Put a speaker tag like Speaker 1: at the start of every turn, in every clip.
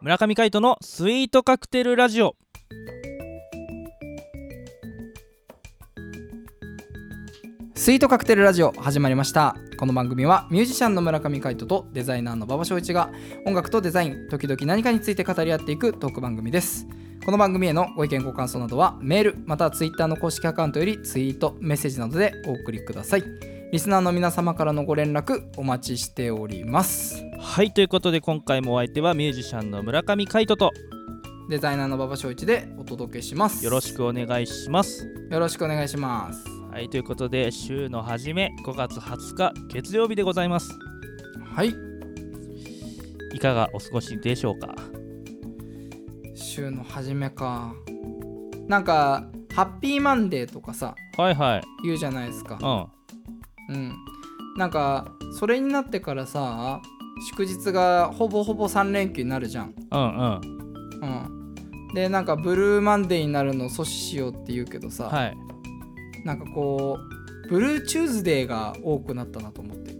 Speaker 1: 村上海人のスイートカクテルラジオ
Speaker 2: スイートカクテルラジオ始まりましたこの番組はミュージシャンの村上海人とデザイナーの馬場翔一が音楽とデザイン時々何かについて語り合っていくトーク番組ですこの番組へのご意見ご感想などはメールまたはツイッターの公式アカウントよりツイートメッセージなどでお送りくださいリスナーの皆様からのご連絡お待ちしております
Speaker 1: はいということで今回もお相手はミュージシャンの村上海人と
Speaker 2: デザイナーの馬場翔一でお届けします
Speaker 1: よろしくお願いします
Speaker 2: よろしくお願いします
Speaker 1: はいということで週の初め5月20日月曜日でございます
Speaker 2: はい
Speaker 1: いかがお過ごしでしょうか
Speaker 2: 週の初めかなんかハッピーマンデーとかさ
Speaker 1: はいはい
Speaker 2: 言うじゃないですか
Speaker 1: うん
Speaker 2: うん、なんかそれになってからさ祝日がほぼほぼ3連休になるじゃん、
Speaker 1: うんうん
Speaker 2: うん、でなんかブルーマンデーになるのを阻止しようって言うけどさ、
Speaker 1: はい
Speaker 2: なんかこうブルーチューズデーが多くなったなと思って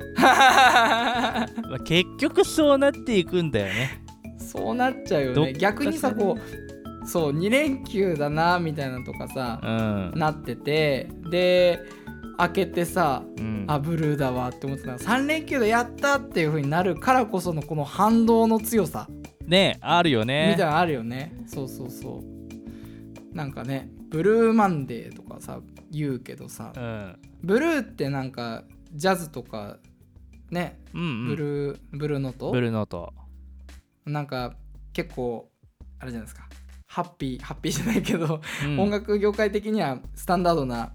Speaker 1: まあ結局そうなっていくんだよね
Speaker 2: そうなっちゃうよ
Speaker 1: どっか
Speaker 2: ね逆にさ
Speaker 1: しらね
Speaker 2: こうそう2連休だなみたいなのとかさ
Speaker 1: う、ん
Speaker 2: なっててで開けてさ
Speaker 1: うん
Speaker 2: あブルーだわって思ってたの3連休でやったっていう風になるからこそのこの反動の強さみ
Speaker 1: ねあるよ
Speaker 2: たい
Speaker 1: ね
Speaker 2: なのあるよね、そうそうそうなんかねブルーマンデーとかさ言うけどさ
Speaker 1: うん
Speaker 2: ブルーってなんかジャズとかね
Speaker 1: うんうん
Speaker 2: ブルー、ブルーノと
Speaker 1: ブルーノート
Speaker 2: なんか結構あれじゃないですかハッピーハッピーじゃないけど、
Speaker 1: うん
Speaker 2: 音楽業界的にはスタンダードな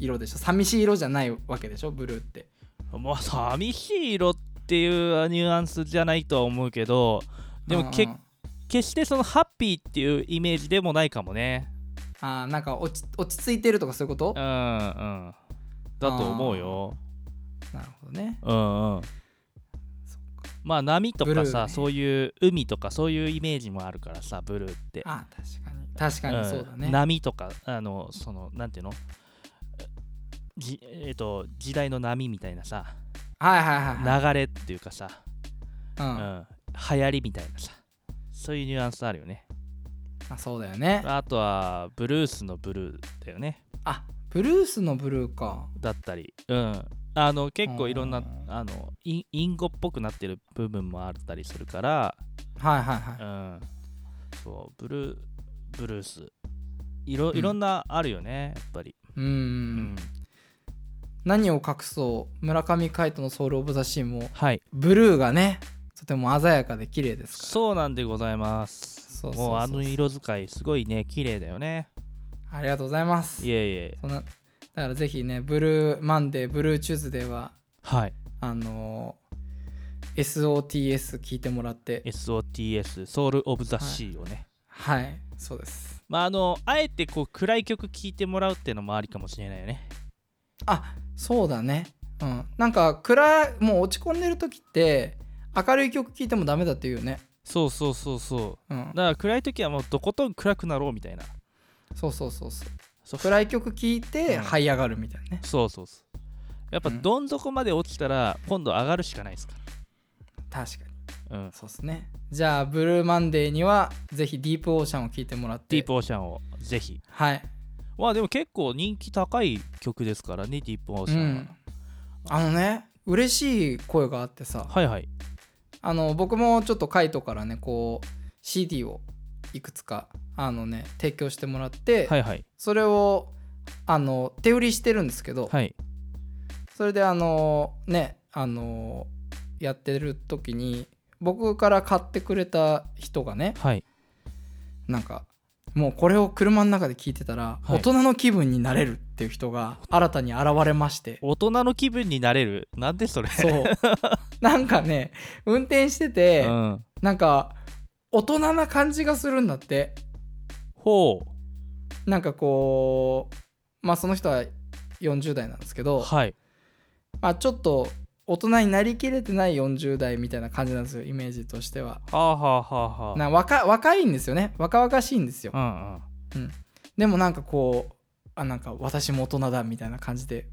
Speaker 2: 色でしょ寂しい色じゃないわけでしょブルーって
Speaker 1: まあ寂しい色っていうニュアンスじゃないとは思うけどで
Speaker 2: うんう
Speaker 1: も
Speaker 2: ん
Speaker 1: け決してそのハッピーっていうイメージでもないかもね
Speaker 2: あーなんか落ち落ち着いてるとかそういうこと
Speaker 1: うんうんだと思うよ
Speaker 2: なるほどね
Speaker 1: うんうん
Speaker 2: そ
Speaker 1: まあ波と
Speaker 2: ブ
Speaker 1: か
Speaker 2: ルー
Speaker 1: さ、
Speaker 2: ね
Speaker 1: そういう海とかそういうイメージもあるからさブルーって
Speaker 2: あ確かに確か
Speaker 1: う
Speaker 2: に
Speaker 1: ん
Speaker 2: そうだね、
Speaker 1: 波とかあのそのなんていうのじえっと時代の波みたいなさ
Speaker 2: はいはいはいは
Speaker 1: 流
Speaker 2: い
Speaker 1: れっていうかさ、
Speaker 2: うん
Speaker 1: うん、流行りみたいなさそういうニュアンスあるよね
Speaker 2: あそうだよね
Speaker 1: あとはブルースのブルーだよね
Speaker 2: あブルースのブルーか
Speaker 1: だったりうんあの結構いろんな
Speaker 2: うん
Speaker 1: あのインインゴっぽくなってる部分もあったりするから
Speaker 2: はいはいは
Speaker 1: う
Speaker 2: い
Speaker 1: んそうブルーブルースいろ
Speaker 2: うん
Speaker 1: いろんなあるよねやっぱり
Speaker 2: うん、
Speaker 1: うん
Speaker 2: 何を隠そう村上海人のソウル・オブ・ザ・シーンも
Speaker 1: はい
Speaker 2: ブルーがねとても鮮やかで綺麗ですか
Speaker 1: そうなんでございます
Speaker 2: そうそうそう
Speaker 1: もうあの色使いすごいね綺麗だよね
Speaker 2: らありがとうございます
Speaker 1: いえいえ
Speaker 2: そんなだからぜひねブルーマンデーブルーチューズデーは
Speaker 1: はい
Speaker 2: あのー SOTS 聞いてもらって
Speaker 1: SOTS ソウル・オブ・ザ・シーをね、
Speaker 2: はいそうです
Speaker 1: まああのあえてこう暗い曲聴いてもらうっていうのもありかもしれないよね
Speaker 2: あそうだねうんなんか暗いもう落ち込んでる時って明るい曲聴いてもダメだって言うよね
Speaker 1: そうそうそうそう
Speaker 2: うん
Speaker 1: だから暗い時はもうどことん暗くなろうみたいな
Speaker 2: そうそうそうそう
Speaker 1: そう
Speaker 2: 暗い曲聴いて
Speaker 1: うん
Speaker 2: 這い上がるみたいなね
Speaker 1: そうそうそうやっぱ
Speaker 2: うん
Speaker 1: どん底まで落ちたら今度上がるしかないですか
Speaker 2: 確かに
Speaker 1: ら、うん、
Speaker 2: そうっすねじゃあブルーマンデーにはぜひディープオーシャンを聴いてもらって
Speaker 1: ディープオーシャンをぜひ
Speaker 2: はい
Speaker 1: まあでも結構人気高い曲ですからねディープオー
Speaker 2: う
Speaker 1: シャンは、
Speaker 2: んあのね嬉しい声があってさ
Speaker 1: はいはい
Speaker 2: あの僕もちょっとカイトからねこう CD をいくつかあのね提供してもらって、
Speaker 1: はいはい
Speaker 2: それをあの手売りしてるんですけど、
Speaker 1: はい
Speaker 2: それであのねあのやってる時に僕から買ってくれた人がね
Speaker 1: はい
Speaker 2: なんかもうこれを車の中で聞いてたら、
Speaker 1: はい
Speaker 2: 大人の気分になれるっていう人が新たに現れまして
Speaker 1: 大人の気分になれるなんでそれ
Speaker 2: そう なんかね運転してて、
Speaker 1: うん、
Speaker 2: なんか大人な感じがするんだって
Speaker 1: ほう
Speaker 2: なんかこうまあその人は40代なんですけど、
Speaker 1: はい
Speaker 2: まあ、ちょっと大人になりきれてない40代みたいな感じなんですよイメージとしては
Speaker 1: はあはあはあは
Speaker 2: な若若いんですよね若々しいんですよ
Speaker 1: あうんうん
Speaker 2: でもなんかこうあなんか私も大人だみたいな感じで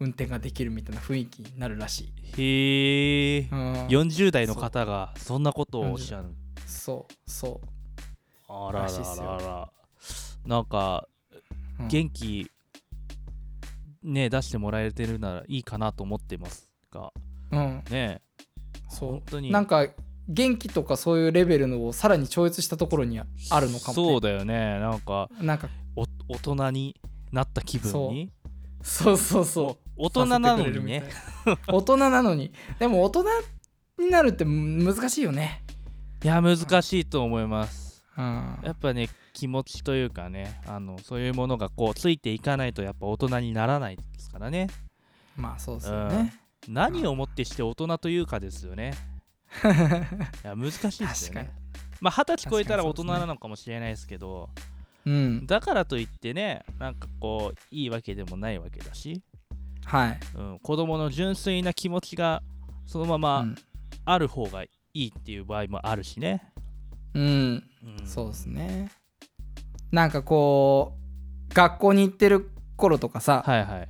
Speaker 2: 運転ができるみたいな雰囲気になるらしい、
Speaker 1: へえ
Speaker 2: うん
Speaker 1: 40代の方がそんなことをおっしゃる
Speaker 2: そうそ
Speaker 1: あらら
Speaker 2: らしいっすよ
Speaker 1: ららなんか
Speaker 2: うん
Speaker 1: 元気、ね出してもらえてるならいいかなと思ってますが
Speaker 2: ううん
Speaker 1: ね
Speaker 2: そう
Speaker 1: 本当に
Speaker 2: なんか元気とかそういうレベルのをさらに超越したところにああるのか
Speaker 1: そ
Speaker 2: も、
Speaker 1: うだよねなんか
Speaker 2: ね、なんか
Speaker 1: お大人になった気分に
Speaker 2: そうそうそう
Speaker 1: お大人なの
Speaker 2: させてくれる
Speaker 1: に
Speaker 2: みたい
Speaker 1: ね
Speaker 2: な大人なのにでも大人になるって難しいよね
Speaker 1: いや難しいと思います
Speaker 2: うん
Speaker 1: やっぱね気持ちというかねあのそういうものがこうついていかないとやっぱ大人にならないですからね
Speaker 2: まあそうですよね、
Speaker 1: 何をもってして大人というかですよねいや難しいですよ
Speaker 2: 確かに
Speaker 1: ねまあ二十歳超えたら大人
Speaker 2: 確かにそうですね
Speaker 1: なのかもしれないですけど
Speaker 2: うん
Speaker 1: だからといってねなんかこういいわけでもないわけだし、
Speaker 2: はい、
Speaker 1: うん、子供の純粋な気持ちがそのま
Speaker 2: う
Speaker 1: ま
Speaker 2: ん
Speaker 1: ある方がいいっていう場合もあるしね、
Speaker 2: うん、
Speaker 1: うん
Speaker 2: そうですねなんかこう学校に行ってる頃とかさ、
Speaker 1: はいはい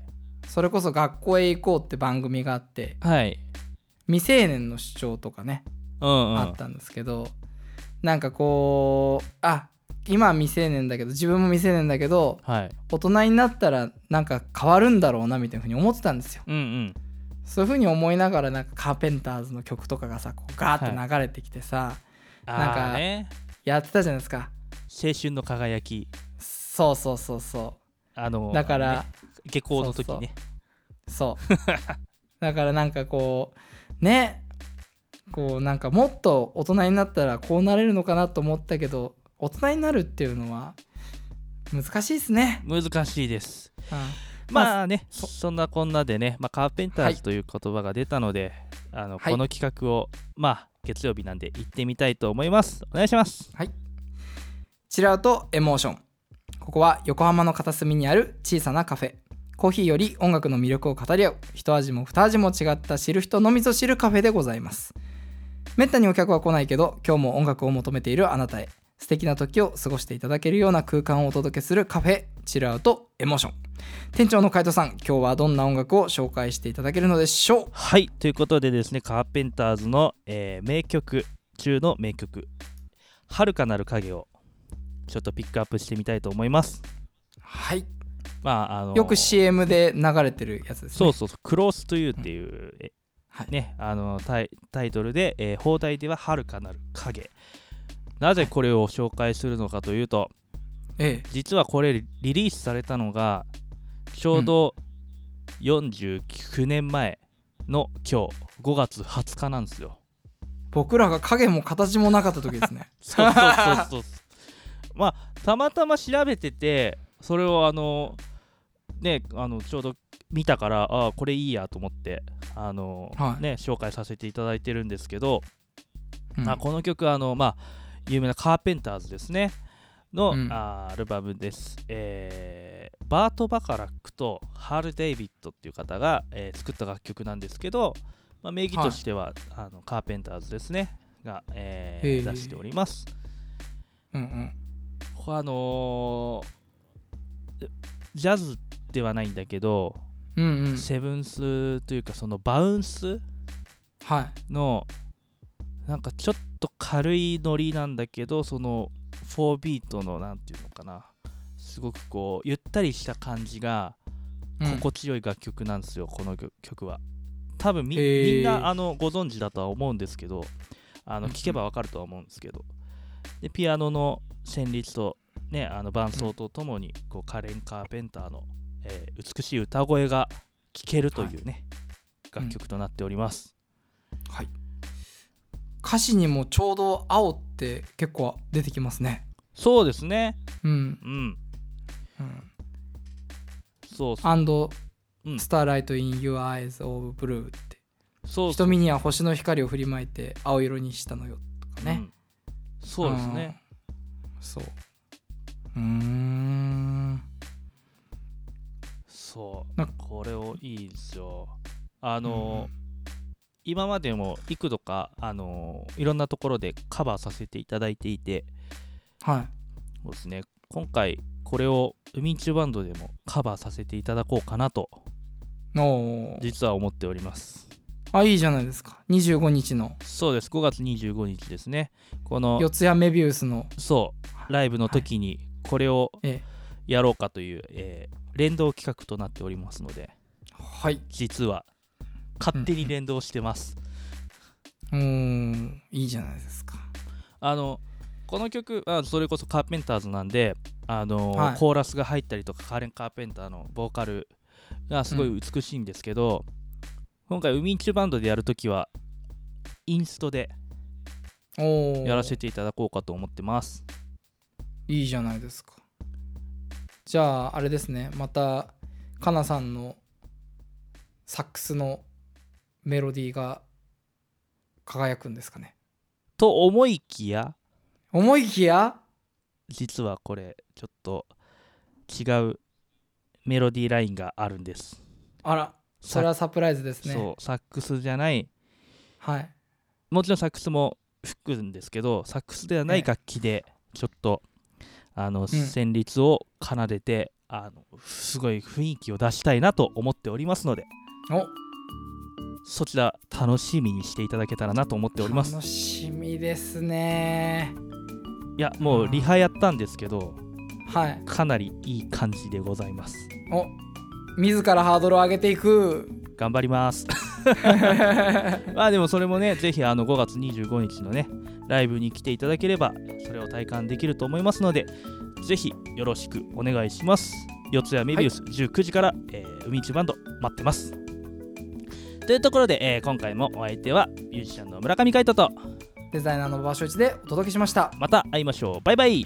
Speaker 2: それこそ「学校へ行こう」って番組があって
Speaker 1: はい
Speaker 2: 未成年の主張とかね、
Speaker 1: うんうん
Speaker 2: あったんですけどなんかこうあ今は未成年だけど自分も未成年だけど
Speaker 1: はい
Speaker 2: 大人になったらなんか変わるんだろうなみたいなふうに思ってたんですよ
Speaker 1: うんうん
Speaker 2: そういうふうに思いながらなんかカーペンターズの曲とかがさこうガーって流れてきてさ、なんか
Speaker 1: あーね
Speaker 2: やってたじゃないですか
Speaker 1: 青春の輝き
Speaker 2: そうそうそうそ
Speaker 1: あの
Speaker 2: うだか
Speaker 1: ね
Speaker 2: ら、
Speaker 1: 下校の時ね
Speaker 2: そうそう だからなんかこうねこうなんかもっと大人になったらこうなれるのかなと思ったけど大人になるっていうのは難しいですね、
Speaker 1: 難しいです
Speaker 2: うん
Speaker 1: まあね、そそんなこんなでね、まあ、カーペンタ
Speaker 2: は
Speaker 1: ー
Speaker 2: い
Speaker 1: ズという言葉が出たので、あの
Speaker 2: はい
Speaker 1: この企画を、まあ、月曜日なんで行ってみたいと思います。お願いします。
Speaker 2: チルアウトエモーションここは横浜の片隅にある小さなカフェコーヒーより音楽の魅力を語り合う一味も二味も違った知る人のみぞ知るカフェでございますめったにお客は来ないけど今日も音楽を求めているあなたへ素敵な時を過ごしていただけるような空間をお届けするカフェチルアウトエモーション店長の海斗さん今日はどんな音楽を紹介していただけるのでしょう
Speaker 1: はい、ということでですね、カーペンターズの、えー名曲中の名曲、遥かなる影をちょっとピックアップしてみたいと思います。
Speaker 2: はい
Speaker 1: まあ、あの
Speaker 2: よく CM で流れてるやつですね
Speaker 1: そうそうそう、クローストゥーっていう、え
Speaker 2: はい
Speaker 1: ね、あのタイタイトルで、えー放題では遥かなる影。なぜこれを紹介するのかというと、
Speaker 2: ええ
Speaker 1: 実はこれリリースされたのがちょうど49年前の今日5月20日なんですよ。
Speaker 2: 僕らが影も形もなかった時で すね
Speaker 1: そうそうそう そう。まあたまたま調べててそれをあのねあのちょうど見たからああこれいいやと思ってあの、
Speaker 2: はい
Speaker 1: ね紹介させていただいてるんですけど、
Speaker 2: うん
Speaker 1: あこの曲あのまあ有名なカーペンターズですねの、
Speaker 2: うん
Speaker 1: あアルバムです、えーバート・バカラックとハール・デイビッドっていう方が、えー作った楽曲なんですけど、まあ、名義としては、あのカーペンターズですねが、えー
Speaker 2: へー
Speaker 1: 出しております
Speaker 2: うんうん
Speaker 1: ここあのージャズではないんだけど、
Speaker 2: うんうん
Speaker 1: セブンスというかそのバウンス、
Speaker 2: はい
Speaker 1: のなんかちょっと軽いノリなんだけどその4ビートのなんていうのかなすごくこうゆったりした感じが
Speaker 2: うん
Speaker 1: 心地よい楽曲なんですよ、この曲曲は多分み,、
Speaker 2: へー
Speaker 1: みんなあのご存知だとは思うんですけどあ
Speaker 2: う
Speaker 1: の
Speaker 2: んうん
Speaker 1: 聞けばわかるとは思うんですけどでピアノの旋律とねあの伴奏とともにこうカレン・カーペンターの、えー美しい歌声が聴けるというね、
Speaker 2: はい
Speaker 1: 楽曲となっております、
Speaker 2: はい、歌詞にもちょうど青って結構出てきますね
Speaker 1: そうですね
Speaker 2: うん、
Speaker 1: うん
Speaker 2: うん、
Speaker 1: そうそう。
Speaker 2: And
Speaker 1: うん
Speaker 2: Starlight in Your Eyes of Blue って
Speaker 1: そうそう
Speaker 2: 瞳には星の光を振りまいて青色にしたのよとか
Speaker 1: う
Speaker 2: ね、
Speaker 1: んそうですね。
Speaker 2: うんそううーん
Speaker 1: そう
Speaker 2: なんか。
Speaker 1: これをいいですよ。あのー、今までも幾度か、あのーいろんなところでカバーさせていただいていて、
Speaker 2: は
Speaker 1: そうですね、今回これを海中バンドでもカバーさせていただこうかなと
Speaker 2: いおー
Speaker 1: 実は思っております。
Speaker 2: あいいじゃないですか25日の
Speaker 1: そうです5月25日ですねこの
Speaker 2: 四谷メビウスの
Speaker 1: そうライブの時にこれを
Speaker 2: え
Speaker 1: やろうかという、えー連動企画となっておりますので
Speaker 2: はい
Speaker 1: 実は勝手に連動してます、
Speaker 2: うーんいいじゃないですか
Speaker 1: あのこの曲あそれこそカーペンターズなんであの、
Speaker 2: はい
Speaker 1: コーラスが入ったりとかカーレン・カーペンターのボーカルがすごい美しいんですけど、今回ウミンチュバンドでやるときはインストで
Speaker 2: おお
Speaker 1: やらせていただこうかと思ってます
Speaker 2: いいじゃないですかじゃああれですねまたかなさんのサックスのメロディーが輝くんですかね
Speaker 1: と思いきや
Speaker 2: 思いきや
Speaker 1: 実はこれちょっと違うメロディーラインがあるんです、
Speaker 2: あらそれはサプライズですね
Speaker 1: そうサックスじゃない
Speaker 2: はい
Speaker 1: もちろんサックスも吹くんですけどサックスではな
Speaker 2: え
Speaker 1: い
Speaker 2: え
Speaker 1: 楽器でちょっとあの旋律を奏でて、あのすごい雰囲気を出したいなと思っておりますので
Speaker 2: お
Speaker 1: そちら楽しみにしていただけたらなと思っております
Speaker 2: 楽しみですね
Speaker 1: いやもうリハやったんですけど
Speaker 2: はい
Speaker 1: かなりいい感じでございます
Speaker 2: お自らハードルを上げてい く
Speaker 1: 頑張ります まあでもそれもねぜひあの5月25日のねライブに来ていただければそれを体感できると思いますのでぜひよろしくお願いします四谷メビウス19時から、えー海市バンド待ってますというところで、えー今回もお相手はミュージシャンの村上海人と
Speaker 2: デザイナーの場所一でお届けしました
Speaker 1: また会いましょうバイバイ